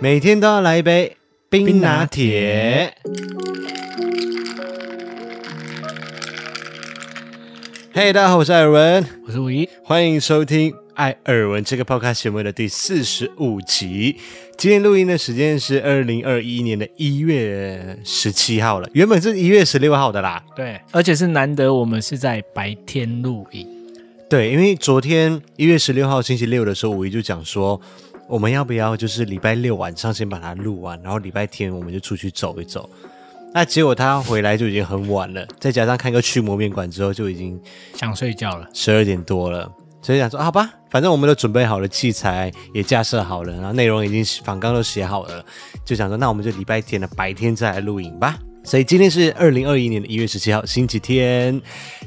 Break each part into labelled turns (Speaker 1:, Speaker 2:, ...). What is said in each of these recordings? Speaker 1: 每天都要来一杯冰
Speaker 2: 冰
Speaker 1: 拿
Speaker 2: 拿
Speaker 1: 铁。嘿，大家好，我是艾尔文，
Speaker 2: 我是五一，
Speaker 1: 欢迎收听《艾尔文》这个 podcast 节目的第四十五集。今天录音的时间是二零二一年的一月十七号了，原本是一月十六号的啦。
Speaker 2: 对，而且是难得我们是在白天录影，
Speaker 1: 对，因为昨天一月十六号星期六的时候，五一就讲说，我们要不要就是礼拜六晚上先把它录完，然后礼拜天我们就出去走一走。那结果他回来就已经很晚了，再加上看个驱魔面馆之后，就已经
Speaker 2: 想睡觉了。
Speaker 1: 十二点多了。所以想说、啊好吧，反正我们都准备好了器材，也架设好了，然后内容已经仿纲都写好了，就想说那我们就礼拜天的白天再来录影吧。所以今天是二零二一年的一月十七号，星期天。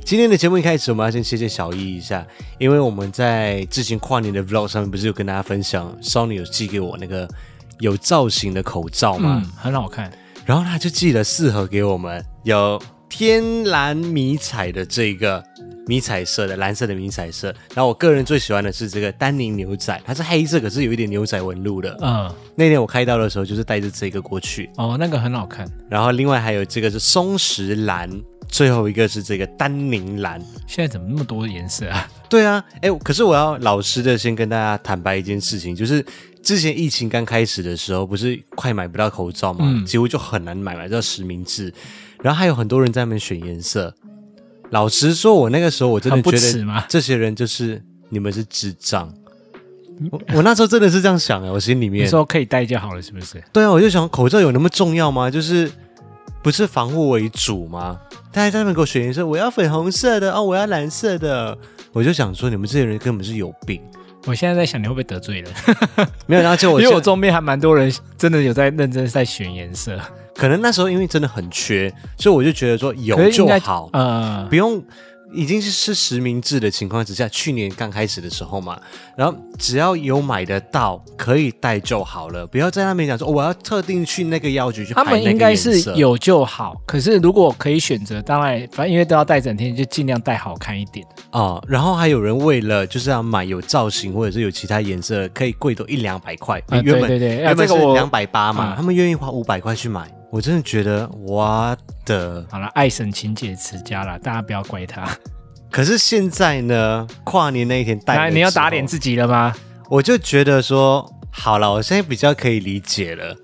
Speaker 1: 今天的节目一开始，我们要先谢谢小易一下，因为我们在之前跨年的 vlog 上面不是有跟大家分享，Sony 有寄给我那个有造型的口罩嘛，
Speaker 2: 嗯，很好看，
Speaker 1: 然后他就寄了四盒给我们，有天蓝迷彩的这个迷彩色的蓝色的迷彩色，然后我个人最喜欢的是这个丹宁牛仔，它是黑色，可是有一点牛仔纹路的。
Speaker 2: 嗯，
Speaker 1: 那天我开刀的时候就是带着这个过去，
Speaker 2: 哦，那个很好看。
Speaker 1: 然后另外还有这个是松石蓝，最后一个是这个丹宁蓝。
Speaker 2: 现在怎么那么多颜色啊？
Speaker 1: 对啊，哎，可是我要老实的先跟大家坦白一件事情，就是之前疫情刚开始的时候，不是快买不到口罩嘛，
Speaker 2: 嗯
Speaker 1: 几乎就很难买，买到实名制，然后还有很多人在那边选颜色。老实说，我那个时候我真的
Speaker 2: 很不
Speaker 1: 觉
Speaker 2: 耻
Speaker 1: 得
Speaker 2: 吗
Speaker 1: 这些人就是你们是智障。我我那时候真的是这样想啊的，我心里
Speaker 2: 你
Speaker 1: 面。
Speaker 2: 说可以戴就好了，是不是？
Speaker 1: 对啊，我就想口罩有那么重要吗？就是不是防护为主吗？大家在那边给我选颜色，我要粉红色的哦，我要蓝色的。我就想说，你们这些人根本是有病。
Speaker 2: 我现在在想你会不会得罪人，
Speaker 1: 没 有，然后就我
Speaker 2: 因为
Speaker 1: 现
Speaker 2: 我周边还蛮多人真的有在认真在选颜色，
Speaker 1: 可能那时候因为真的很缺，所以我就觉得说
Speaker 2: 可
Speaker 1: 有
Speaker 2: 是应
Speaker 1: 就
Speaker 2: 该
Speaker 1: 好，
Speaker 2: 呃
Speaker 1: 不，用已经是是实名制的情况之下，去年刚开始的时候嘛，然后只要有买得到可以带就好了，不要在那边讲说、哦我要特定去那个药局去
Speaker 2: 他
Speaker 1: 排那个
Speaker 2: 们应该
Speaker 1: 颜
Speaker 2: 是
Speaker 1: 色
Speaker 2: 有就好，可是如果可以选择，当然反正因为都要戴整天，就尽量戴好看一点。
Speaker 1: 哦，然后还有人为了就是要买有造型或者是有其他颜色，可以贵都一两百块。
Speaker 2: 啊
Speaker 1: 原本
Speaker 2: 对对对啊
Speaker 1: 原本是
Speaker 2: 这个我
Speaker 1: 两百八嘛，
Speaker 2: 嗯
Speaker 1: 他们愿意花五百块去买，我真的觉得我的。
Speaker 2: 好了，爱神情节持家了，大家不要怪他。
Speaker 1: 可是现在呢，跨年那一天带
Speaker 2: 来，
Speaker 1: 的
Speaker 2: 你要
Speaker 1: 时候
Speaker 2: 打脸自己了吗？
Speaker 1: 我就觉得说，好了，我现在比较可以理解了。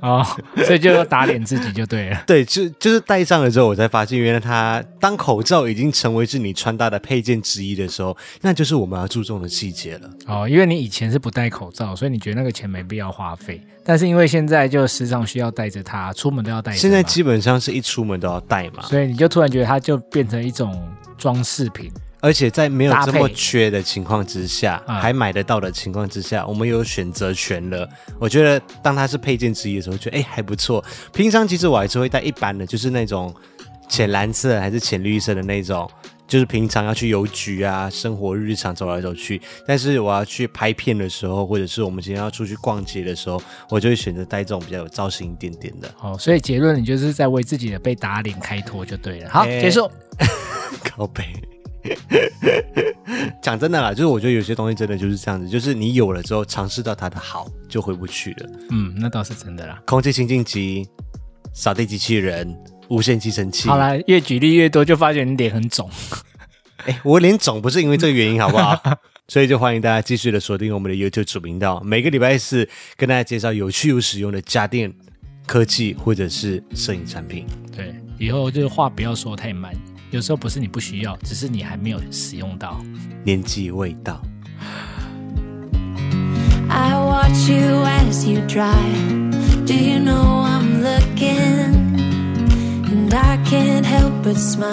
Speaker 2: 哦， 所以就要打脸自己就对了。
Speaker 1: 对，就就是戴上了之后，我才发现，原来它当口罩已经成为是你穿搭的配件之一的时候，那就是我们要注重的细节了。
Speaker 2: 哦，因为你以前是不戴口罩，所以你觉得那个钱没必要花费。但是因为现在就时常需要带着它，出门都要带着嘛。
Speaker 1: 现在基本上是一出门都要戴嘛，
Speaker 2: 所以你就突然觉得它就变成一种装饰品。
Speaker 1: 而且在没有这
Speaker 2: 搭
Speaker 1: 么
Speaker 2: 配
Speaker 1: 缺的情况之下，
Speaker 2: 嗯
Speaker 1: 还买得到的情况之下，我们有选择权了。我觉得当它是配件之一的时候，觉得哎、还不错。平常其实我还是会带一般的，就是那种浅蓝色还是浅绿色的那种，就是平常要去邮局啊，生活日常走来走去。但是我要去拍片的时候，或者是我们今天要出去逛街的时候，我就会选择带这种比较有造型一点点的。
Speaker 2: 哦，所以结论你就是在为自己的被打脸开脱就对了。好，
Speaker 1: 哎
Speaker 2: 结束。
Speaker 1: 靠背。 讲真的啦，就是我觉得有些东西真的就是这样子，就是你有了之后尝试到它的好，就回不去了。
Speaker 2: 嗯，那倒是真的啦。
Speaker 1: 空气清净机、扫地机器人、无线吸尘器。
Speaker 2: 好，啦，越举例越多，就发觉你脸很肿。
Speaker 1: 哎、我脸肿不是因为这个原因，好不 好？所以就欢迎大家继续的锁定我们的 YouTube 主频道，每个礼拜四跟大家介绍有趣又实用的家电、科技或者是摄影产品。
Speaker 2: 对，以后就是话不要说太满，有时候不是你不需要，只是你还没有使用到。
Speaker 1: 年纪未到。
Speaker 3: I watch you as you drive. Do you know I'm looking? And I can't help but smile.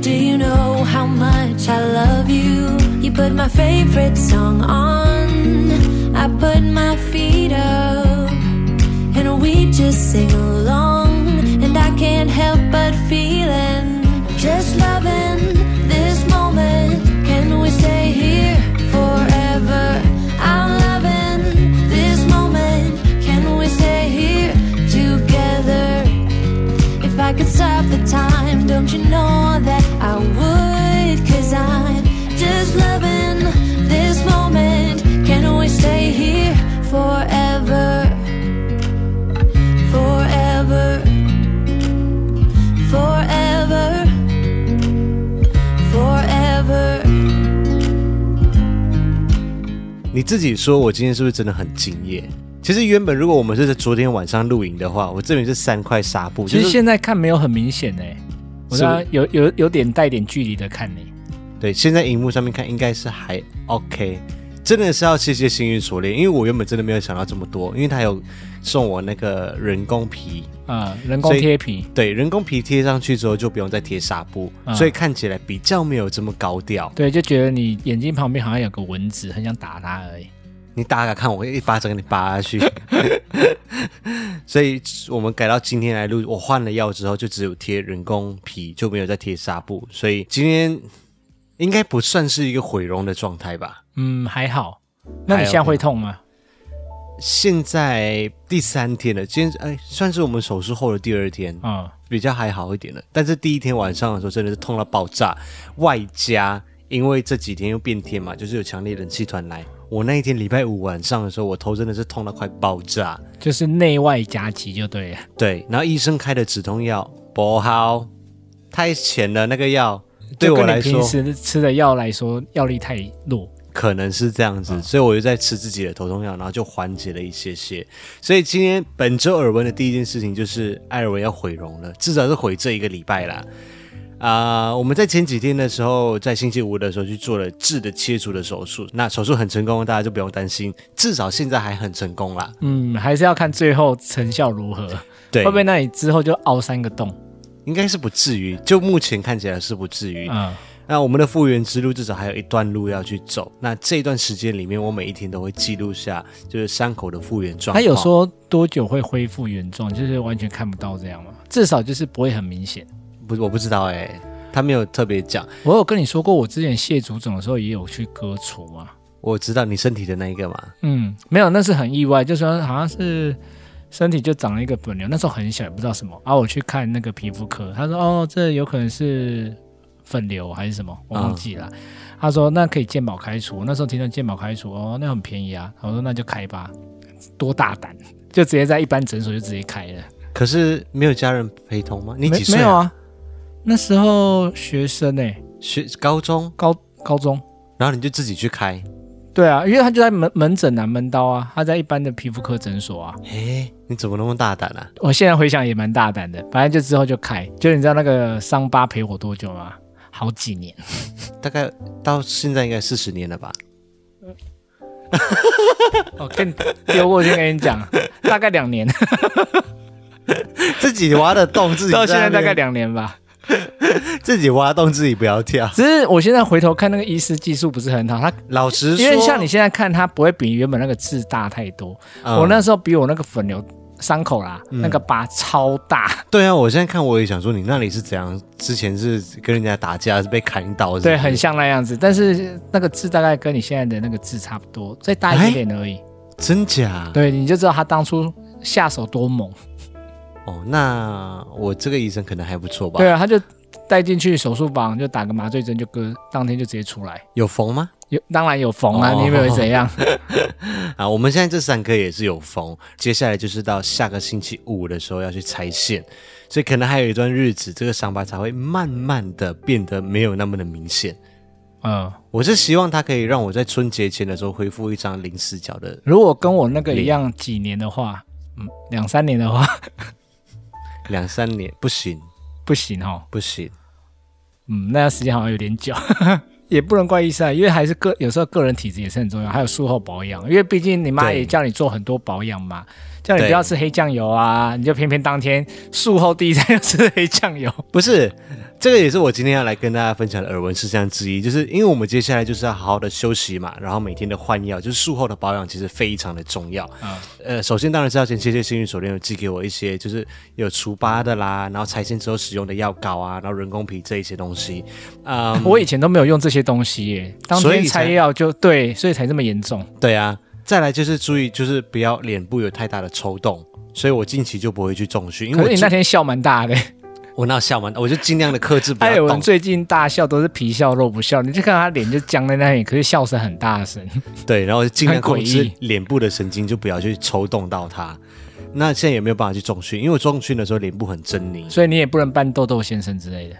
Speaker 3: Do you know how much I love you? You put my favorite song on. I put my feet up. And we just sing along. And I can't help but feeling. Just loving this moment. Can we stay here forever? I'm loving this moment. Can we stay here together? If I could stop the time, don't you know that I would? Cause I'm just loving this moment. Can we stay here forever?
Speaker 1: 你自己说，我今天是不是真的很敬业？其实原本如果我们是在昨天晚上露营的话，我这边是三块纱布，
Speaker 2: 其
Speaker 1: 就
Speaker 2: 实
Speaker 1: 是
Speaker 2: 现在看没有很明显哎、我
Speaker 1: 是
Speaker 2: 刚有有有点带点距离的看欸你、
Speaker 1: 对，现在荧幕上面看应该是还 OK，真的是要谢谢幸运锁链，因为我原本真的没有想到这么多，因为他有送我那个人工皮，
Speaker 2: 啊、人工
Speaker 1: 所以
Speaker 2: 贴皮，
Speaker 1: 对，人工皮贴上去之后就不用再贴纱布，
Speaker 2: 嗯
Speaker 1: 所以看起来比较没有这么高调。
Speaker 2: 对，就觉得你眼睛旁边好像有个蚊子，很想打它而已。
Speaker 1: 你打打看，我一巴掌给你扒下去。 所以我们改到今天来录，我换了药之后就只有贴人工皮，就没有再贴纱布，所以今天应该不算是一个毁容的状态吧。
Speaker 2: 嗯，还好。那
Speaker 1: 还
Speaker 2: 你
Speaker 1: 有
Speaker 2: 现在会痛吗？
Speaker 1: 现在第三天了，今天哎算是我们手术后的第二天，
Speaker 2: 嗯，
Speaker 1: 比较还好一点了。但是第一天晚上的时候真的是痛到爆炸，外加因为这几天又变天嘛，就是有强烈冷气团来。我那一天礼拜五晚上的时候，我头真的是痛到快爆炸。
Speaker 2: 就是内外夹击就对了。
Speaker 1: 对，然后医生开的止痛药不好，太浅了那个药，对
Speaker 2: 就
Speaker 1: 我
Speaker 2: 跟
Speaker 1: 来
Speaker 2: 你平
Speaker 1: 说
Speaker 2: 时吃的药来说，药力太弱。
Speaker 1: 可能是这样子，
Speaker 2: 啊
Speaker 1: 所以我就在吃自己的头痛药，然后就缓解了一些些。所以今天本周耳闻的第一件事情就是艾尔文要毁容了，至少是毁这一个礼拜啦。啊、我们在前几天的时候，在星期五的时候去做了痣的切除的手术，那手术很成功，大家就不用担心，至少现在还很成功啦。
Speaker 2: 嗯，还是要看最后成效如何，
Speaker 1: 对，
Speaker 2: 会不会那你之后就凹三个洞？
Speaker 1: 应该是不至于，就目前看起来是不至于。
Speaker 2: 嗯，
Speaker 1: 那我们的复原之路至少还有一段路要去走。那这段时间里面，我每一天都会记录下，就是伤口的复原状况。
Speaker 2: 他有说多久会恢复原状，就是完全看不到这样吗？至少就是不会很明显。
Speaker 1: 不，我不知道哎、他没有特别讲。
Speaker 2: 我有跟你说过，我之前蟹足肿的时候也有去割除嘛。
Speaker 1: 我知道你身体的那一个嘛，
Speaker 2: 嗯，没有，那是很意外，就说好像是身体就长了一个本瘤，那时候很小，也不知道什么。啊，我去看那个皮肤科，他说哦，这有可能是粉瘤还是什么，我忘记
Speaker 1: 嗯
Speaker 2: 了。他说那可以健保开除，那时候听到健保开除，哦，那很便宜啊。我说那就开吧，多大胆，就直接在一般诊所就直接开了。
Speaker 1: 可是没有家人陪同吗？你
Speaker 2: 没
Speaker 1: 几岁、
Speaker 2: 没有？啊？那时候学生呢、
Speaker 1: 学高中，
Speaker 2: 高高中。
Speaker 1: 然后你就自己去开。
Speaker 2: 对啊，因为他就在门门诊啊，门刀啊，他在一般的皮肤科诊所啊。
Speaker 1: 哎，你怎么那么大胆啊？
Speaker 2: 我现在回想也蛮大胆的，反正就之后就开，就你知道那个伤疤陪我多久吗？好几 年，
Speaker 1: 大概到现在应该四十年了吧？ 哦
Speaker 2: 我跟你丢过去跟你讲，大概两年，
Speaker 1: 自己挖的洞自己
Speaker 2: 到现
Speaker 1: 在
Speaker 2: 在
Speaker 1: 那
Speaker 2: 大概
Speaker 1: 边
Speaker 2: 两年吧。
Speaker 1: 自己挖洞自己不要跳。
Speaker 2: 只是我现在回头看那个医师技术不是很好，他
Speaker 1: 老实说，
Speaker 2: 因为像你现在看，他不会比原本那个痣大太多。
Speaker 1: 嗯
Speaker 2: 我那时候比我那个粉瘤伤口啦，
Speaker 1: 嗯
Speaker 2: 那个疤超大，
Speaker 1: 对啊，我现在看我也想说，你那里是怎样？之前是跟人家打架，是被砍倒是不是
Speaker 2: 对，很像那样子。但是那个痣大概跟你现在的那个痣差不多，再大一点
Speaker 1: 哎
Speaker 2: 点而已。
Speaker 1: 真假？
Speaker 2: 对，你就知道他当初下手多猛。
Speaker 1: 哦，那我这个医生可能还不错吧？
Speaker 2: 对啊，他就带进去手术房，就打个麻醉针，就割，当天就直接出来。
Speaker 1: 有缝吗？
Speaker 2: 有当然有缝啊，
Speaker 1: 哦
Speaker 2: 你以为怎 样？
Speaker 1: 啊，我们现在这三颗也是有缝，接下来就是到下个星期五的时候要去拆线，所以可能还有一段日子，这个伤疤才会慢慢的变得没有那么的明显。
Speaker 2: 嗯，
Speaker 1: 我是希望它可以让我在春节前的时候恢复一张零死角的，
Speaker 2: 如果跟我那个一样几年的话，嗯，两三年的话
Speaker 1: 两三年不行
Speaker 2: 不行哦。
Speaker 1: 不行，
Speaker 2: 嗯，那段时间好像有点久， 也不能怪医生啊，因为还是个有时候个人体质也是很重要，还有术后保养，因为毕竟你妈
Speaker 1: 对
Speaker 2: 也叫你做很多保养嘛，叫你
Speaker 1: 对
Speaker 2: 不要吃黑酱油啊，你就偏偏当天术后第一餐就吃黑酱油。
Speaker 1: 不是，这个也是我今天要来跟大家分享的耳闻事项之一，就是因为我们接下来就是要好好的休息嘛，然后每天的换药，就是术后的保养其实非常的重要。
Speaker 2: 啊
Speaker 1: 呃，首先当然是要先谢谢幸运手链有寄给我一些，就是有除疤的啦，然后拆线之后使用的药膏啊，然后人工皮这一些东西。啊、
Speaker 2: 我以前都没有用这些东西耶，当
Speaker 1: 所以
Speaker 2: 天
Speaker 1: 才
Speaker 2: 拆药就对，所以才这么严重。
Speaker 1: 对啊，再来就是注意，就是不要脸部有太大的抽动。所以我近期就不会去重训，因为
Speaker 2: 可
Speaker 1: 我
Speaker 2: 是你
Speaker 1: 尽
Speaker 2: 那天笑蛮大的，
Speaker 1: 我那笑完，我就尽量的克制不
Speaker 2: 艾
Speaker 1: 要
Speaker 2: 尔
Speaker 1: 动
Speaker 2: 文。最近大笑都是皮笑肉不笑，你就看他脸就僵在那里，可是笑声很大声。
Speaker 1: 对，然后尽量控
Speaker 2: 很
Speaker 1: 制
Speaker 2: 诡
Speaker 1: 脸部的神经，就不要去抽动到它。那现在也没有办法去重训，因为我重训的时候脸部很狰狞，
Speaker 2: 所以你也不能扮豆豆先生之类的。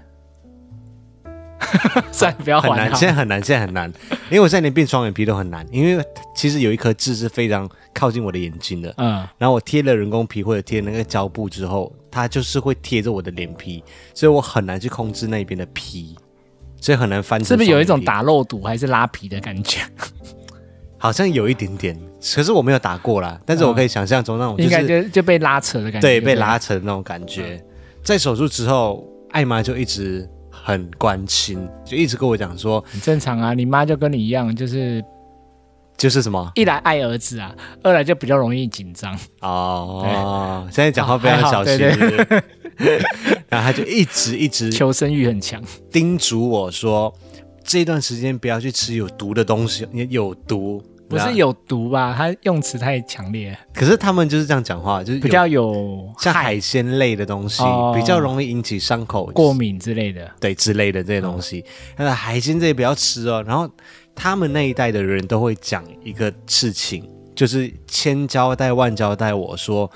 Speaker 2: 算了，不要
Speaker 1: 很
Speaker 2: 还
Speaker 1: 难，
Speaker 2: 他。
Speaker 1: 现在很难，现在很难，因为我现在连变双眼皮都很难，因为其实有一颗痣是非常靠近我的眼睛的，
Speaker 2: 嗯，
Speaker 1: 然后我贴了人工皮或者贴那个胶布之后，它就是会贴着我的脸皮，所以我很难去控制那边的皮，所以很难翻成
Speaker 2: 是不是有一种
Speaker 1: 双眼皮？
Speaker 2: 打肉毒还是拉皮的感觉？
Speaker 1: 好像有一点点，可是我没有打过啦，但是我可以想象中那种就
Speaker 2: 嗯应该
Speaker 1: 是
Speaker 2: 就就被拉扯的感觉。啊
Speaker 1: 对
Speaker 2: 不
Speaker 1: 被拉扯的那种感觉。在手术之后，艾玛就一直很关心，就一直跟我讲说，
Speaker 2: 很正常啊。你妈就跟你一样，就是
Speaker 1: 就是什么
Speaker 2: 一来爱儿子啊，二来就比较容易紧张。
Speaker 1: 哦，现在讲话非常小心。
Speaker 2: 还好
Speaker 1: 对对 然后他就一直一直
Speaker 2: 求生欲很强，
Speaker 1: 叮嘱我说，这段时间不要去吃有毒的东西，有毒
Speaker 2: 不是。有毒吧？它用词太强烈了，
Speaker 1: 可是他们就是这样讲话，就是有
Speaker 2: 比较有
Speaker 1: 像海鲜类的东西，
Speaker 2: 哦
Speaker 1: 比较容易引起伤口
Speaker 2: 过敏之类的。
Speaker 1: 对之类的这些东西。那、海鲜这些不要吃哦。然后他们那一代的人都会讲一个事情，就是千交代万交代我说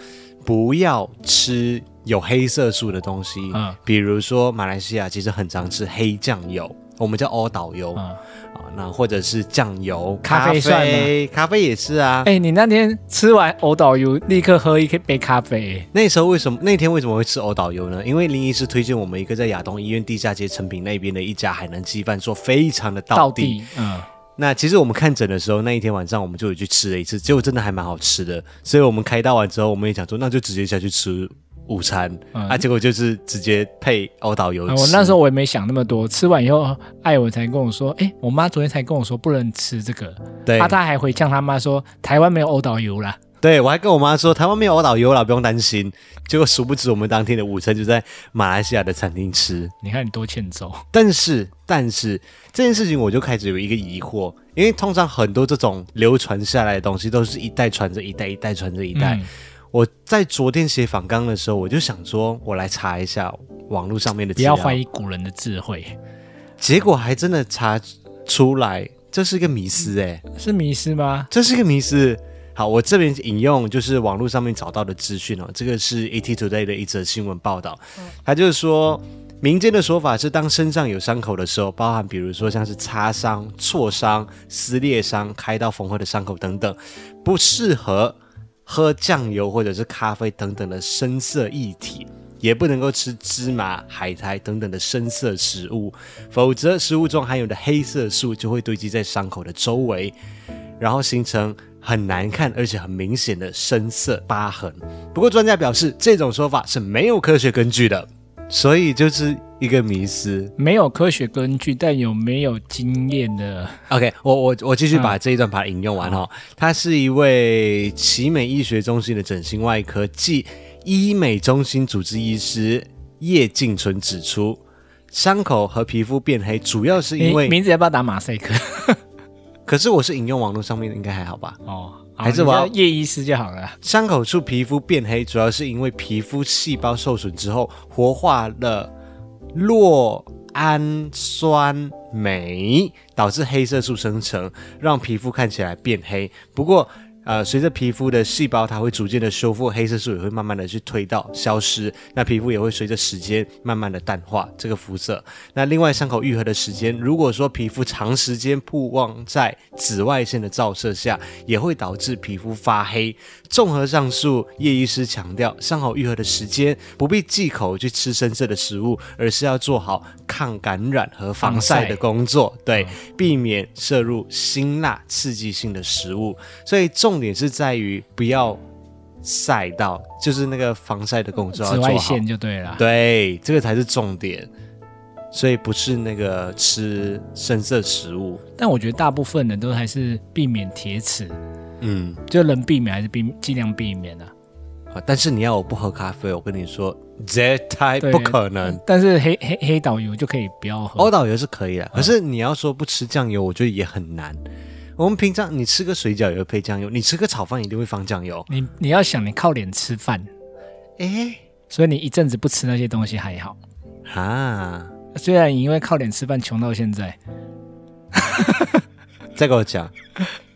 Speaker 1: 不要吃有黑色素的东西，
Speaker 2: 嗯
Speaker 1: 比如说马来西亚其实很常吃黑酱油。我们叫欧导油啊、
Speaker 2: 嗯，
Speaker 1: 那或者是酱油、
Speaker 2: 咖啡算吗
Speaker 1: 咖啡也是啊。
Speaker 2: 哎、你那天吃完欧导游，立刻喝一杯咖啡、
Speaker 1: 那时候为什么那天为什么会吃藕导游呢？因为林医师推荐我们一个在亚东医院地下街成品那边的一家海南鸡饭，说非常的
Speaker 2: 到
Speaker 1: 道地，
Speaker 2: 嗯，
Speaker 1: 那其实我们看诊的时候，那一天晚上我们就有去吃了一次，结果真的还蛮好吃的。所以我们开刀完之后，我们也想说，那就直接下去吃午餐、
Speaker 2: 嗯
Speaker 1: 啊，结果就是直接配欧导游吃、
Speaker 2: 啊我那时候我也没想那么多，吃完以后，艾文才跟我说，哎、我妈昨天才跟我说不能吃这个，
Speaker 1: 对、
Speaker 2: 啊，她还回呛他妈说台湾没有欧导游啦，
Speaker 1: 对我还跟我妈说，台湾没有欧导游啦，不用担心。结果殊不知，我们当天的午餐就在马来西亚的餐厅吃。
Speaker 2: 你看你多欠揍，
Speaker 1: 但是，但是这件事情我就开始有一个疑惑，因为通常很多这种流传下来的东西，都是一代传着一代，一代传着一代。
Speaker 2: 嗯
Speaker 1: 我在昨天写访纲的时候，我就想说，我来查一下网络上面的
Speaker 2: 不
Speaker 1: 资料，
Speaker 2: 要怀疑古人的智慧，
Speaker 1: 结果还真的查出来，这是一个迷思哎、
Speaker 2: 是迷失吗？
Speaker 1: 这是一个迷思。好，我这边引用就是网络上面找到的资讯哦，这个是 ET Today 的一则新闻报道，他就是说。民间的说法是，当身上有伤口的时候，包含比如说像是擦伤、挫伤、撕裂伤、开刀缝合的伤口等等，不适合喝酱油或者是咖啡等等的深色液体，也不能够吃芝麻、海苔等等的深色食物，否则食物中含有的黑色素就会堆积在伤口的周围，然后形成很难看而且很明显的深色疤痕。不过专家表示，这种说法是没有科学根据的，所以就是一个迷思。
Speaker 2: 没有科学根据，但有没有经验的
Speaker 1: OK，我我我继续把这一段把它引用完哦。他是一位奇美医学中心的整形外科暨医美中心主治医师叶静纯指出，伤口和皮肤变黑主要是因
Speaker 2: 你
Speaker 1: 为，
Speaker 2: 名字要不要打马赛克？
Speaker 1: 可是我是引用网络上面的，应该还好吧？
Speaker 2: 哦，
Speaker 1: 还是我要
Speaker 2: 好你叫叶医师就好了。
Speaker 1: 伤口处皮肤变黑，主要是因为皮肤细胞受损之后活化了酪氨酸酶，导致黑色素生成，让皮肤看起来变黑。不过，呃，随着皮肤的细胞它会逐渐的修复，黑色素也会慢慢的去推到消失，那皮肤也会随着时间慢慢的淡化这个肤色。那另外伤口愈合的时间，如果说皮肤长时间曝光在紫外线的照射下，也会导致皮肤发黑。综合上述，叶医师强调，伤口愈合的时间不必忌口去吃深色的食物，而是要做好抗感染和防晒嗯的工作，对，避免摄入辛辣刺激性的食物。所以重点是在于不要晒到，就是那个防晒的工作要啊
Speaker 2: 紫
Speaker 1: 做好。
Speaker 2: 外线就对了。
Speaker 1: 对，这个才是重点。所以不是那个吃深色食物，
Speaker 2: 但我觉得大部分人都还是避免铁齿，
Speaker 1: 嗯，
Speaker 2: 就能避免还是避尽量避免啊。
Speaker 1: 啊但是你要我不喝咖啡，我跟你说，绝对
Speaker 2: 对嗯
Speaker 1: 不可能。
Speaker 2: 但是黑黑黑导游就可以不要喝。
Speaker 1: 欧导游是可以
Speaker 2: 嗯
Speaker 1: 的，可是你要说不吃酱油，我觉得也很难。我们平常你吃个水饺也会配酱油，你吃个炒饭一定会放酱油。
Speaker 2: 你你要想，你靠脸吃饭，
Speaker 1: 诶，
Speaker 2: 所以你一阵子不吃那些东西还好。
Speaker 1: 啊，
Speaker 2: 虽然你因为靠脸吃饭穷到现在，
Speaker 1: 再给我讲，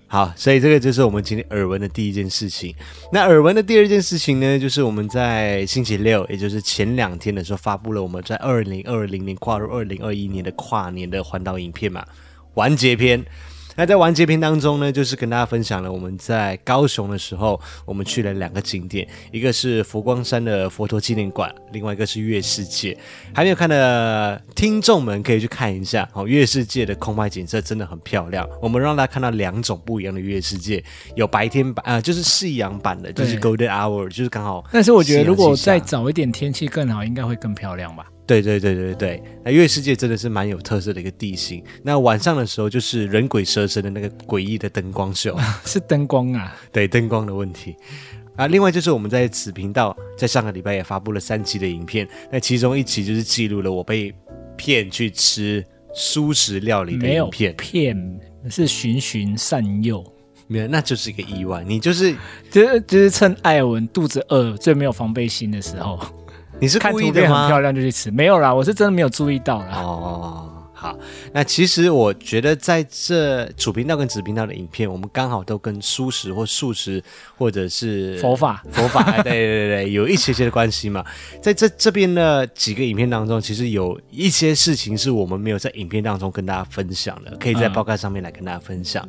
Speaker 1: 好，所以这个就是我们今天耳闻的第一件事情。那耳闻的第二件事情呢，就是我们在星期六，也就是前两天的时候，发布了我们在二零二零年跨入二零二一年的跨年的环岛影片嘛，完结篇。那在完结篇当中呢，就是跟大家分享了我们在高雄的时候，我们去了两个景点，一个是佛光山的佛陀纪念馆，另外一个是月世界。还没有看的听众们可以去看一下哦，月世界的空拍景色真的很漂亮。我们让大家看到两种不一样的月世界，有白天版啊、呃就是夕阳版的，就是 Golden Hour，就是啊刚好
Speaker 2: 但是我觉得如果
Speaker 1: 夕阳
Speaker 2: 再
Speaker 1: 西下
Speaker 2: 早一点天气更好，应该会更漂亮吧？
Speaker 1: 对对对对对，那月世界真的是蛮有特色的一个地形。那晚上的时候就是人鬼蛇神的那个诡异的灯光 秀，
Speaker 2: 是灯光啊，
Speaker 1: 对灯光的问题。啊，另外就是我们在此频道在上个礼拜也发布了三期的影片，那其中一期就是记录了我被骗去吃素食料理的
Speaker 2: 没有
Speaker 1: 影片，
Speaker 2: 骗，是循循善诱，
Speaker 1: 没有，那就是一个意外。你就是
Speaker 2: 就是就是趁艾文肚子饿、最没有防备心的时候，
Speaker 1: 你是
Speaker 2: 看
Speaker 1: 故意
Speaker 2: 图
Speaker 1: 的
Speaker 2: 片很
Speaker 1: 吗
Speaker 2: 漂？亮就去吃，没有啦，我是真的没有注意到啦。
Speaker 1: 哦，好，那其实我觉得在这主频道跟子频道的影片，我们刚好都跟素食或素食或者是
Speaker 2: 佛法
Speaker 1: 佛法，哎对对对 对，有一些些的关系嘛。在这这边的几个影片当中，其实有一些事情是我们没有在影片当中跟大家分享的，可以在
Speaker 2: 嗯
Speaker 1: 报告上面来跟大家分享。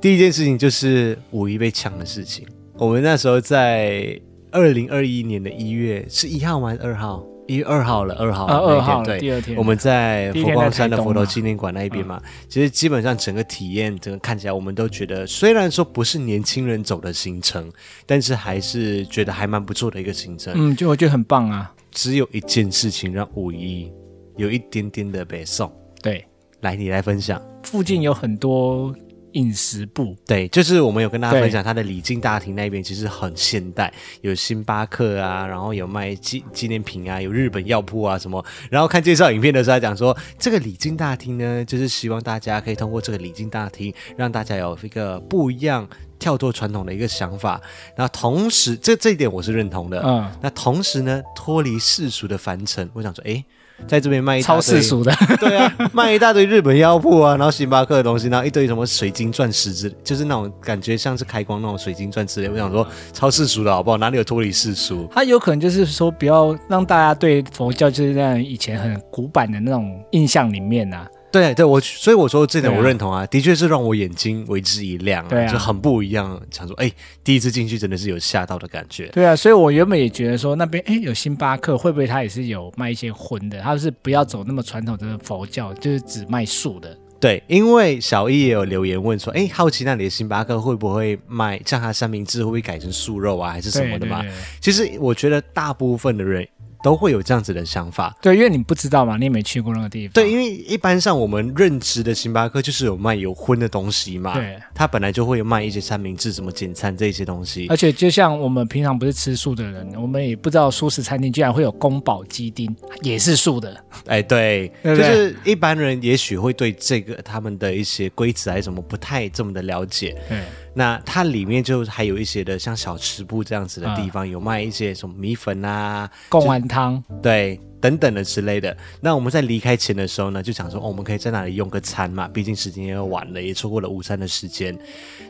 Speaker 1: 第一件事情就是五一被抢的事情，我们那时候在二零二一年的一月是一号吗？还是二号？一月二号了，二号了
Speaker 2: 啊
Speaker 1: 哦那一
Speaker 2: 二
Speaker 1: 天
Speaker 2: 号了
Speaker 1: 对，
Speaker 2: 第二天
Speaker 1: 我们在
Speaker 2: 第一
Speaker 1: 佛
Speaker 2: 天
Speaker 1: 光
Speaker 2: 在
Speaker 1: 山的
Speaker 2: 台东
Speaker 1: 佛陀
Speaker 2: 嘛嗯
Speaker 1: 纪念馆那一边嘛，其实基本上整个体验，整个看起来，我们都觉得虽然说不是年轻人走的行程，但是还是觉得还蛮不错的一个行程。
Speaker 2: 嗯，就我觉得很棒啊。
Speaker 1: 只有一件事情让五一有一点点的北宋，
Speaker 2: 对，
Speaker 1: 来你来分享。
Speaker 2: 附近有很多饮食部，
Speaker 1: 对，就是我们有跟大家
Speaker 2: 对
Speaker 1: 分享，它的礼敬大厅那边其实很现代，有星巴克啊，然后有卖纪纪念品啊，有日本药铺啊什么。然后看介绍影片的时候，他讲说这个礼敬大厅呢，就是希望大家可以通过这个礼敬大厅，让大家有一个不一样、跳脱传统的一个想法。然后同时，这这一点我是认同的。
Speaker 2: 嗯
Speaker 1: 那同时呢，脱离世俗的凡尘，我想说，诶，在这边卖一大
Speaker 2: 超
Speaker 1: 堆
Speaker 2: 世俗的，
Speaker 1: 对啊，卖一大堆日本药铺啊，然后星巴克的东西，然后一堆什么水晶钻石之类，就是那种感觉像是开光那种水晶钻之类。我想说，超世俗的好不好？哪里有脱离世俗？
Speaker 2: 他有可能就是说不要让大家对佛教就是那样以前很古板的那种印象里面啊，
Speaker 1: 对对，我所以我说这点
Speaker 2: 对啊
Speaker 1: 我认同啊，的确是让我眼睛为之一亮、
Speaker 2: 对啊
Speaker 1: 就很不一样。想说，哎，第一次进去真的是有吓到的感觉。
Speaker 2: 对啊，所以我原本也觉得说那边哎有星巴克，会不会他也是有卖一些荤的？他是不要走那么传统的佛教，就是只卖素的。
Speaker 1: 对，因为小易也有留言问说，哎，好奇那里的星巴克会不会卖像它三明治会不会改成素肉啊，还是什么的嘛？
Speaker 2: 对对对
Speaker 1: 其实我觉得大部分的人都会有这样子的想法。
Speaker 2: 对，因为你不知道嘛，你也没去过那个地方。
Speaker 1: 对，因为一般上我们认知的星巴克就是有卖有荤的东西嘛，
Speaker 2: 对，
Speaker 1: 它本来就会有卖一些三明治、什么简餐这些东西。
Speaker 2: 而且就像我们平常不是吃素的人，我们也不知道素食餐厅居然会有宫保鸡丁，也是素的。
Speaker 1: 哎，对，
Speaker 2: 对不对
Speaker 1: 就是一般人也许会对这个他们的一些规则还是什么不太这么的了解。
Speaker 2: 对，
Speaker 1: 那它里面就还有一些的像小吃部这样子
Speaker 2: 嗯
Speaker 1: 的地方，有卖一些什么米粉啊，
Speaker 2: 贡丸汤，
Speaker 1: 对，等等的之类的。那我们在离开前的时候呢，就想说，哦，我们可以在哪里用个餐嘛？毕竟时间也晚了，也错过了午餐的时间。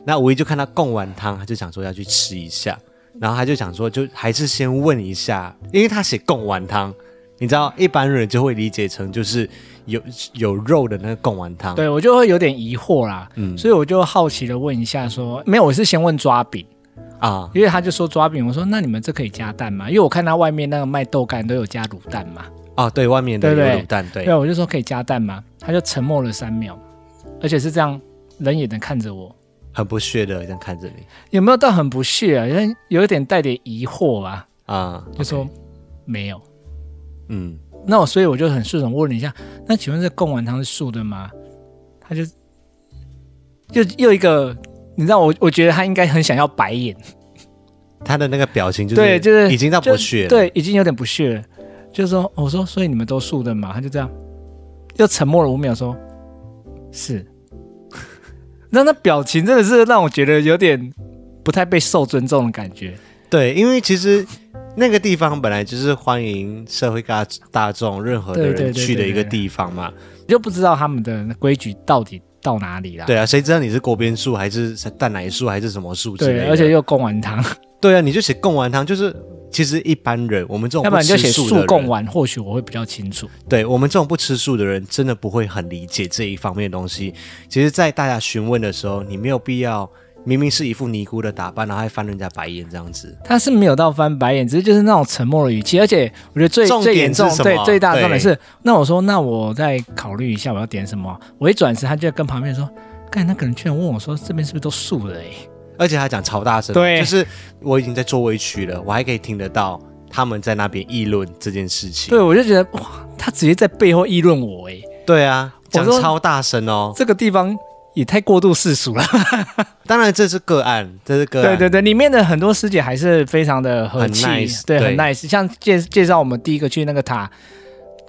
Speaker 1: 那五一就看到贡丸汤，他就想说要去吃一下，然后他就想说，就还是先问一下，因为他写贡丸汤，你知道一般人就会理解成就是有有肉的那个贡丸汤。嗯
Speaker 2: 对我就会有点疑惑啦，所以我就好奇的问一下说，没有，我是先问抓饼。
Speaker 1: 啊，
Speaker 2: 因为他就说抓饼，我说那你们这可以加蛋吗？因为我看他外面那个卖豆干都有加卤蛋嘛，
Speaker 1: 哦，对，外面的
Speaker 2: 对不对
Speaker 1: 有卤蛋，对
Speaker 2: 对，我就说可以加蛋吗？他就沉默了三秒，而且是这样冷眼的看着我，
Speaker 1: 很不屑的这样看着你
Speaker 2: 有没有到很不屑啊？有有一点带点疑惑吧，
Speaker 1: 啊，
Speaker 2: 就说没有。
Speaker 1: 嗯，
Speaker 2: 那我所以我就很顺手问了一下，那请问这贡丸汤是素的吗？他就又又一个，你知道我我觉得他应该很想要白眼，
Speaker 1: 他的那个表情就是
Speaker 2: 对，就是
Speaker 1: 已经到
Speaker 2: 就
Speaker 1: 不屑了，
Speaker 2: 对，已经有点不屑了。就说我说，所以你们都素的嘛？他就这样，又沉默了五秒，说是。 那那表情真的是让我觉得有点不太被受尊重的感觉。
Speaker 1: 对，因为其实那个地方本来就是欢迎社会大大众任何的
Speaker 2: 对对
Speaker 1: 人
Speaker 2: 对
Speaker 1: 去的
Speaker 2: 对
Speaker 1: 一个
Speaker 2: 对
Speaker 1: 地方嘛。
Speaker 2: 就不知道他们的规矩到底到哪里啦。
Speaker 1: 对啊，谁知道你是锅边素还是蛋奶素还是什么素之类
Speaker 2: 对，
Speaker 1: 的？
Speaker 2: 而且又贡丸汤，
Speaker 1: 对啊，你就写贡丸汤，就是其实一般人我们这种
Speaker 2: 要不
Speaker 1: 不
Speaker 2: 然你就
Speaker 1: 吃
Speaker 2: 写
Speaker 1: 素的
Speaker 2: 素
Speaker 1: 人
Speaker 2: 贡丸，或许我会比较清楚。
Speaker 1: 对我们这种不吃素的人，真的不会很理解这一方面的东西。其实，在大家询问的时候，你没有必要，明明是一副尼姑的打扮，然后还翻人家白眼这样子。
Speaker 2: 他是没有到翻白眼，只是就是那种沉默的语气，而且我觉得最
Speaker 1: 重点
Speaker 2: 最严重
Speaker 1: 是什么，
Speaker 2: 对最大的重点
Speaker 1: 对
Speaker 2: 是，那我说那我再考虑一下我要点什么，我一转身他就跟旁边说，干那个人居然问我说这边是不是都素的哎、
Speaker 1: 而且还讲超大声，
Speaker 2: 对
Speaker 1: 就是我已经在座位区了，我还可以听得到他们在那边议论这件事情。
Speaker 2: 对，我就觉得哇，他直接在背后议论我哎、
Speaker 1: 对啊，
Speaker 2: 我
Speaker 1: 讲
Speaker 2: 说
Speaker 1: 超大声哦。
Speaker 2: 这个地方也太过度世俗了。
Speaker 1: 当然这是个案，这是个
Speaker 2: 对
Speaker 1: 案。
Speaker 2: 对对，里面的很多师姐还是非常的和
Speaker 1: 很
Speaker 2: 气
Speaker 1: nice，
Speaker 2: 对，
Speaker 1: 对
Speaker 2: 很 nice。像介介绍我们第一个去那个塔，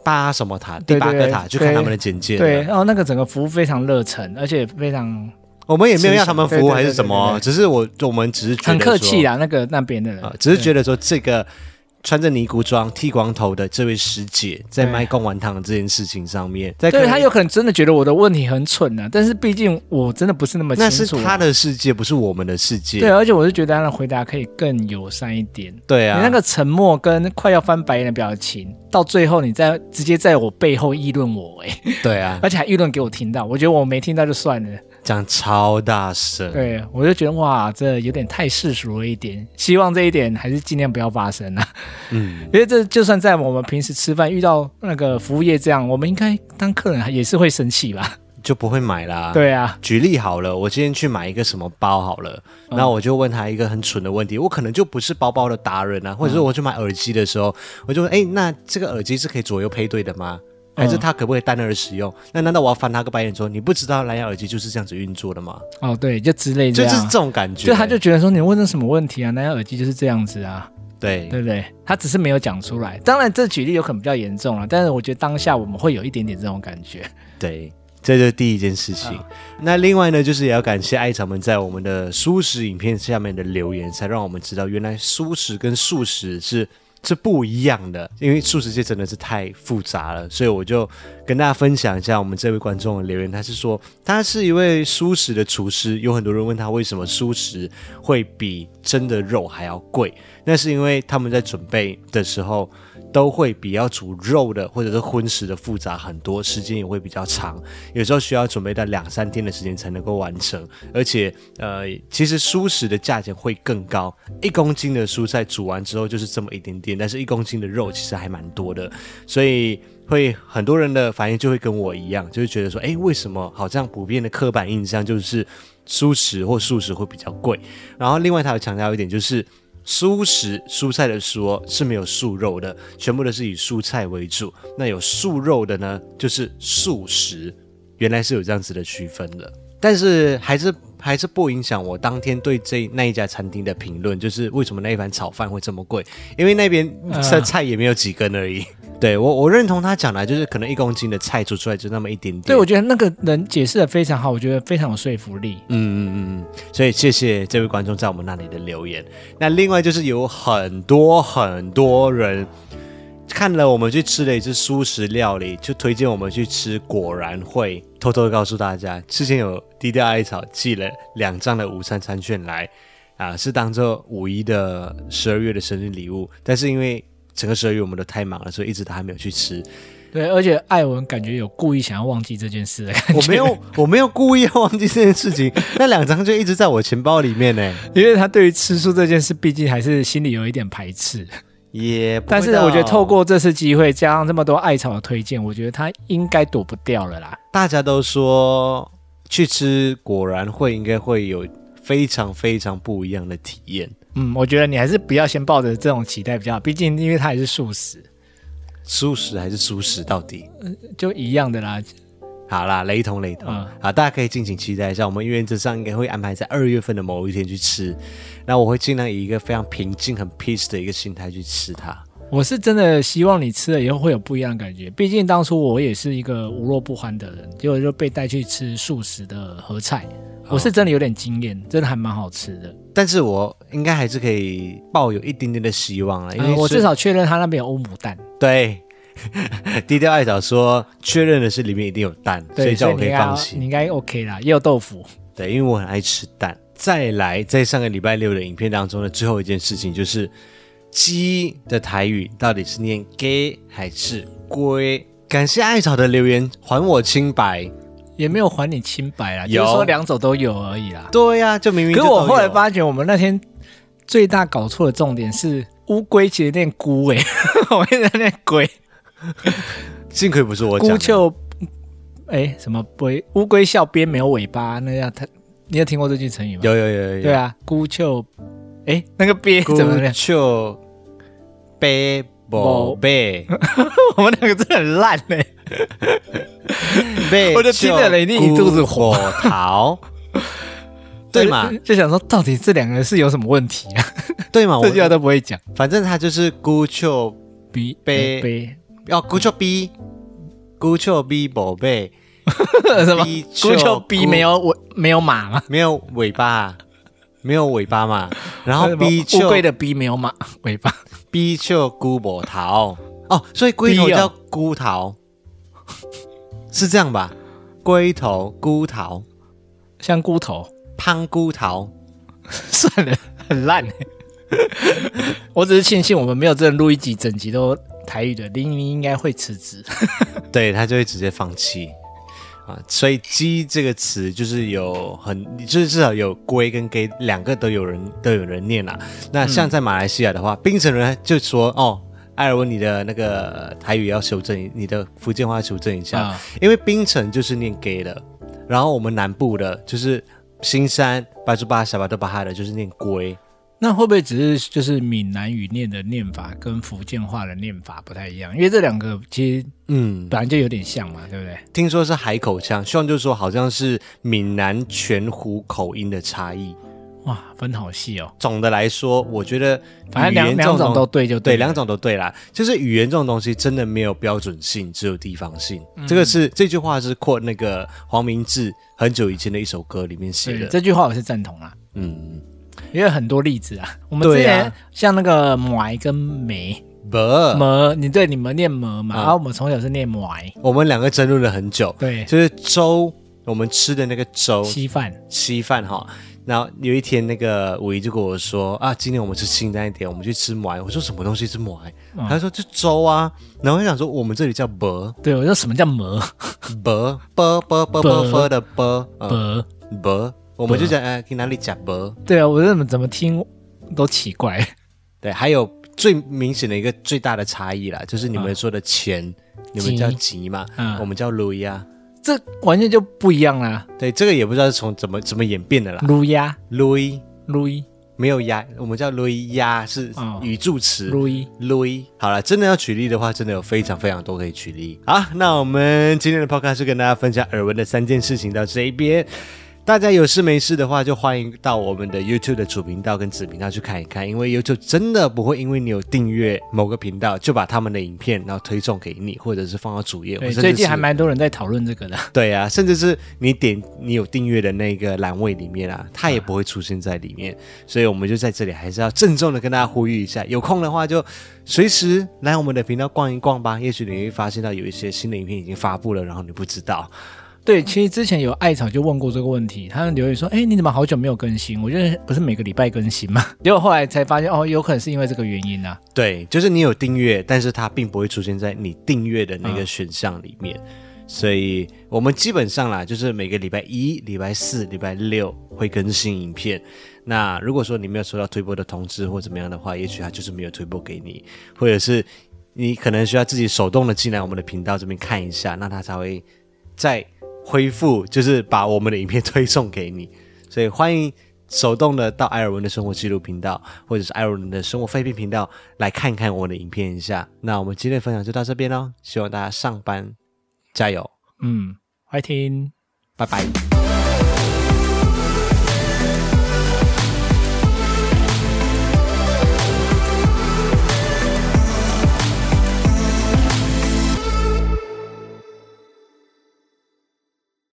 Speaker 1: 八什么塔？第
Speaker 2: 对
Speaker 1: 八个
Speaker 2: 对
Speaker 1: 塔，
Speaker 2: 对
Speaker 1: 去看他们的简介。
Speaker 2: 对，然后那个整个服务非常热忱，而且非常
Speaker 1: 我们也没有要他们服务
Speaker 2: 对对对
Speaker 1: 还是什么哦，
Speaker 2: 对
Speaker 1: 只是我我们只是觉得
Speaker 2: 很客气
Speaker 1: 说
Speaker 2: 啦。那个那边的人
Speaker 1: 啊，，只是
Speaker 2: 对
Speaker 1: 觉得说这个穿着尼姑装、剃光头的这位师姐在
Speaker 2: 对
Speaker 1: 卖贡丸汤这件事情上面，在
Speaker 2: 对
Speaker 1: 跟
Speaker 2: 他有可能真的觉得我的问题很蠢呢、但是毕竟我真的不是那么
Speaker 1: 那
Speaker 2: 清
Speaker 1: 是
Speaker 2: 楚、啊
Speaker 1: 他的世界，不是我们的世
Speaker 2: 对，啊
Speaker 1: 界。
Speaker 2: 而且我是觉得他的回答可以更友善一点。
Speaker 1: 对
Speaker 2: 你
Speaker 1: 啊，
Speaker 2: 那个沉默跟快要翻白眼的表情，到最后你再直接在我背后议论 我、哎，
Speaker 1: 对啊，
Speaker 2: 而且还议论给我听到，我觉得我没听到就算了。
Speaker 1: 讲超大声。
Speaker 2: 对我就觉得哇，这有点太世俗了一点，希望这一点还是尽量不要发生啊。
Speaker 1: 嗯，
Speaker 2: 因为这就算在我们平时吃饭遇到那个服务业这样，我们应该当客人也是会生气吧？
Speaker 1: 就不会买啦。。
Speaker 2: 对啊，
Speaker 1: 举例好了，我今天去买一个什么包好了，
Speaker 2: 嗯
Speaker 1: 然后我就问他一个很蠢的问题，我可能就不是包包的达人啊，或
Speaker 2: 嗯
Speaker 1: 者是我去买耳机的时候，我就问，哎，那这个耳机是可以左右配对的吗？
Speaker 2: 嗯
Speaker 1: 还是它可不可以单耳使用？那难道我要翻他个白眼说你不知道蓝牙耳机就是这样子运作的吗？
Speaker 2: 哦对，就之类这
Speaker 1: 就
Speaker 2: 样，
Speaker 1: 是这种感觉，
Speaker 2: 就他就觉得说你问的什么问题啊？蓝牙耳机就是这样子啊，
Speaker 1: 对
Speaker 2: 对不对？他只是没有讲出来。当然，这举例有可能比较严重了，但是我觉得当下我们会有一点点这种感觉。
Speaker 1: 对，这就是第一件事情。那另外呢，就是也要感谢艾草们在我们的素食影片下面的留言，才让我们知道原来素食跟素食是。是不一样的，因为素食界真的是太复杂了，所以我就跟大家分享一下我们这位观众的留言。他是说，他是一位素食的厨师，有很多人问他为什么素食会比真的肉还要贵，那是因为他们在准备的时候都会比要煮肉的或者是荤食的复杂很多，时间也会比较长，有时候需要准备到两三天的时间才能够完成。而且，呃，其实蔬食的价钱会更高，一公斤的蔬菜煮完之后就是这么一点点，但是一公斤的肉其实还蛮多的，所以。会很多人的反应就会跟我一样，就是觉得说，哎，为什么好像普遍的刻板印象就是蔬食或素食会比较贵？然后另外他有强调一点，就是蔬食蔬菜的蔬哦是没有素肉的，全部都是以蔬菜为主。那有素肉的呢，就是素食。原来是有这样子的区分的，但是还是还是不影响我当天对这那一家餐厅的评论，就是为什么那一盘炒饭会这么贵，因为那边这菜也没有几根而已。对我我认同他讲的，就是可能一公斤的菜煮出来就那么一点点。
Speaker 2: 对，我觉得那个人解释的非常好，我觉得非常有说服力。
Speaker 1: 嗯嗯嗯，嗯，所以谢谢这位观众在我们那里的留言。那另外就是有很多很多人看了我们去吃了一次素食料理，就推荐我们去吃，果然会偷偷地告诉大家，之前有低调艾草寄了两张的午餐餐券来，啊，是当做五一的十二月的生日礼物，但是因为整个十二月我们都太忙了，所以一直都还没有去吃。
Speaker 2: 对，而且艾文感觉有故意想要忘记这件事的感觉，
Speaker 1: 我没有，我没有故意要忘记这件事情，那两张就一直在我钱包里面呢、
Speaker 2: 因为他对于吃素这件事，毕竟还是心里有一点排斥。
Speaker 1: 也不会
Speaker 2: 但是
Speaker 1: 到
Speaker 2: 我觉得透过这次机会，加上这么多艾草的推荐，我觉得他应该躲不掉了啦。
Speaker 1: 大家都说去吃，果然会应该会有非常非常不一样的体验。
Speaker 2: 嗯，我觉得你还是不要先抱着这种期待比较好，毕竟因为他也是素食，
Speaker 1: 素食还是熟食到底？
Speaker 2: 就一样的啦。
Speaker 1: 好啦，雷同雷同。
Speaker 2: 嗯
Speaker 1: 好，大家可以敬请期待一下，我们原则上应该会安排在二月份的某一天去吃。那我会尽量以一个非常平静、很 peace 的一个心态去吃它。
Speaker 2: 我是真的希望你吃了以后会有不一样的感觉，毕竟当初我也是一个无肉不欢的人，结果就被带去吃素食的合菜，
Speaker 1: 啊
Speaker 2: 我是真的有点惊艳，真的还蛮好吃的。
Speaker 1: 但是我应该还是可以抱有一点点的希望了，因为
Speaker 2: 嗯我
Speaker 1: 虽
Speaker 2: 至少确认他那边有欧姆蛋，
Speaker 1: 对， 低调艾草说确认的是里面一定有蛋，所
Speaker 2: 对，
Speaker 1: 以
Speaker 2: 所
Speaker 1: 叫
Speaker 2: 以
Speaker 1: 我
Speaker 2: 你
Speaker 1: 可
Speaker 2: 应
Speaker 1: 以
Speaker 2: 该
Speaker 1: 放
Speaker 2: 要
Speaker 1: 心
Speaker 2: 你。应该 OK 啦，也有豆腐，
Speaker 1: 对，因为我很爱吃蛋。再来，在上个礼拜六的影片当中的最后一件事情就是，鸡的台语到底是念 gay 还是龟？感谢艾草的留言，还我清白。
Speaker 2: 也没有还你清白啦，
Speaker 1: 有
Speaker 2: 就是说两种都有而已啦。
Speaker 1: 对呀、就明明
Speaker 2: 可
Speaker 1: 就都
Speaker 2: 我后来
Speaker 1: 有
Speaker 2: 发觉，我们那天最大搞错的重点是乌龟其实念龟、欸， 我一直在念龟
Speaker 1: 幸亏不是我讲
Speaker 2: 龟
Speaker 1: 的，
Speaker 2: 就哎、什么龟乌龟笑边没有尾巴，那叫它，你有听过这句成语吗？
Speaker 1: 有有有有有
Speaker 2: 对，啊，孤丘，哎、那个鳖
Speaker 1: 姑
Speaker 2: 怎么念？
Speaker 1: 就啊贝宝贝
Speaker 2: 我们两个真的很烂嘞、
Speaker 1: 贝，
Speaker 2: 我就听了一定一肚子火
Speaker 1: 桃，对嘛
Speaker 2: 就就想说，到底这两个人是有什么问题啊？
Speaker 1: 对 嘛，我
Speaker 2: 这句话都不会讲。
Speaker 1: 反正他就是姑就
Speaker 2: 比
Speaker 1: 鳖
Speaker 2: 鳖，
Speaker 1: 要姑就逼，姑就逼宝贝，
Speaker 2: 什么
Speaker 1: 比？丘
Speaker 2: 孤丘逼
Speaker 1: 孤
Speaker 2: 没有尾，没有马吗？
Speaker 1: 没有尾巴，没有尾巴嘛，然后
Speaker 2: 什么
Speaker 1: 逼
Speaker 2: 乌
Speaker 1: 就
Speaker 2: 龟的逼没有马尾巴，
Speaker 1: 逼就姑宝桃哦，所以龟头
Speaker 2: 逼哦
Speaker 1: 叫菇桃， 是这样吧？龟头菇桃。
Speaker 2: 像菇头。
Speaker 1: 胖菇桃，
Speaker 2: 算了，很烂 欸、我只是庆幸我们没有真的录一集，整集都台语的，林林应该会辞职。
Speaker 1: 对他就会直接放弃啊。所以“鸡”这个词就是有很，就是至少有“龟”跟 “gay” 两个都有人都有人念啦。那像在马来西亚的话，槟城人就说哦。艾尔文，你的那个台语要修正一，你的福建话要修正一下，
Speaker 2: 啊
Speaker 1: 因为槟城就是念 gay 的，然后我们南部的就是新山、巴珠巴、小巴都巴哈的，就是念龟，
Speaker 2: 那会不会只是就是闽南语念的念法跟福建话的念法不太一样？因为这两个其实
Speaker 1: 嗯，
Speaker 2: 本来就有点像嘛，对不对？
Speaker 1: 听说是海口腔，希望就说好像是闽南全湖口音的差异。
Speaker 2: 哇，分好细哦。
Speaker 1: 总的来说，我觉得
Speaker 2: 反正
Speaker 1: 语
Speaker 2: 两
Speaker 1: 言这种
Speaker 2: 两种
Speaker 1: 东
Speaker 2: 都对就
Speaker 1: 对，
Speaker 2: 了
Speaker 1: 两种都对啦。就是语言这种东西真的没有标准性，只有地方性。
Speaker 2: 嗯
Speaker 1: 这个是这句话是 quote 那个黄明志很久以前的一首歌里面写
Speaker 2: 对
Speaker 1: 的。
Speaker 2: 这句话我是赞同啦，
Speaker 1: 嗯，
Speaker 2: 因为很多例子啊。呃我们之
Speaker 1: 对啊
Speaker 2: 前、像那个埋跟梅
Speaker 1: 不，
Speaker 2: 梅，你对你们念梅嘛，
Speaker 1: 啊
Speaker 2: 然后我们从小是念埋，
Speaker 1: 我们两个争论了很久，
Speaker 2: 对，
Speaker 1: 就是粥，我们吃的那个粥，
Speaker 2: 稀饭。
Speaker 1: 稀饭哈。然后有一天，那个五一就跟我说啊，今天我们吃清淡一点，我们去吃馍。我说什么东西是馍？
Speaker 2: 嗯
Speaker 1: 他说就粥啊。然后我就想说，我们这里叫馍
Speaker 2: 对，我说什么叫梅
Speaker 1: 馍馍馍馍馍馍的馍嗯
Speaker 2: 梅？
Speaker 1: 馍，我们就讲哎，去哪里讲馍？
Speaker 2: 对啊，我怎么怎么听都奇怪。
Speaker 1: 对，还有最明显的一个最大的差异啦，就是你们说的钱，你们叫吉嘛
Speaker 2: 嗯，
Speaker 1: 我们叫卢呀。
Speaker 2: 这完全就不一样啦。
Speaker 1: 对，这个也不知道是从怎么怎么演变的啦。
Speaker 2: 撸鸭、
Speaker 1: 卢一
Speaker 2: 撸一、
Speaker 1: 没有呀，我们叫卢一呀，是
Speaker 2: 哦
Speaker 1: 语助词。
Speaker 2: 撸一，
Speaker 1: Louis，好了，真的要举例的话，真的有非常非常多可以举例。好，那我们今天的 podcast 就跟大家分享耳闻的三件事情到这一边。大家有事没事的话，就欢迎到我们的 YouTube 的主频道跟子频道去看一看，因为 YouTube 真的不会因为你有订阅某个频道，就把他们的影片然后推送给你，或者是放到主页。或
Speaker 2: 对，
Speaker 1: 甚至
Speaker 2: 最近
Speaker 1: 是
Speaker 2: 还蛮多人在讨论这 个的。
Speaker 1: 对啊，甚至是你点你有订阅的那个栏位里面啊，它也不会出现在里面，所以我们就在这里还是要郑重的跟大家呼吁一下，有空的话就随时来我们的频道逛一逛吧，也许你会发现到有一些新的影片已经发布了，然后你不知道。
Speaker 2: 对，其实之前有艾草就问过这个问题，他留言说：“哎，你怎么好久没有更新？我觉得不是每个礼拜更新吗？” 结果后来才发现，哦，有可能是因为这个原因啊。
Speaker 1: 对，就是你有订阅，但是它并不会出现在你订阅的那个选项里面。所以我们基本上啦，就是每个礼拜一、礼拜四、礼拜六会更新影片。那如果说你没有收到推播的通知或怎么样的话，也许它就是没有推播给你，或者是你可能需要自己手动的进来我们的频道这边看一下，那它才会再恢复，就是把我们的影片推送给你。所以欢迎手动的到艾尔文的生活记录频道，或者是艾尔文的生活废片频道来看看我的影片一下。那我们今天的分享就到这边喽，希望大家上班加油，
Speaker 2: 嗯，欢迎听。
Speaker 1: 拜拜。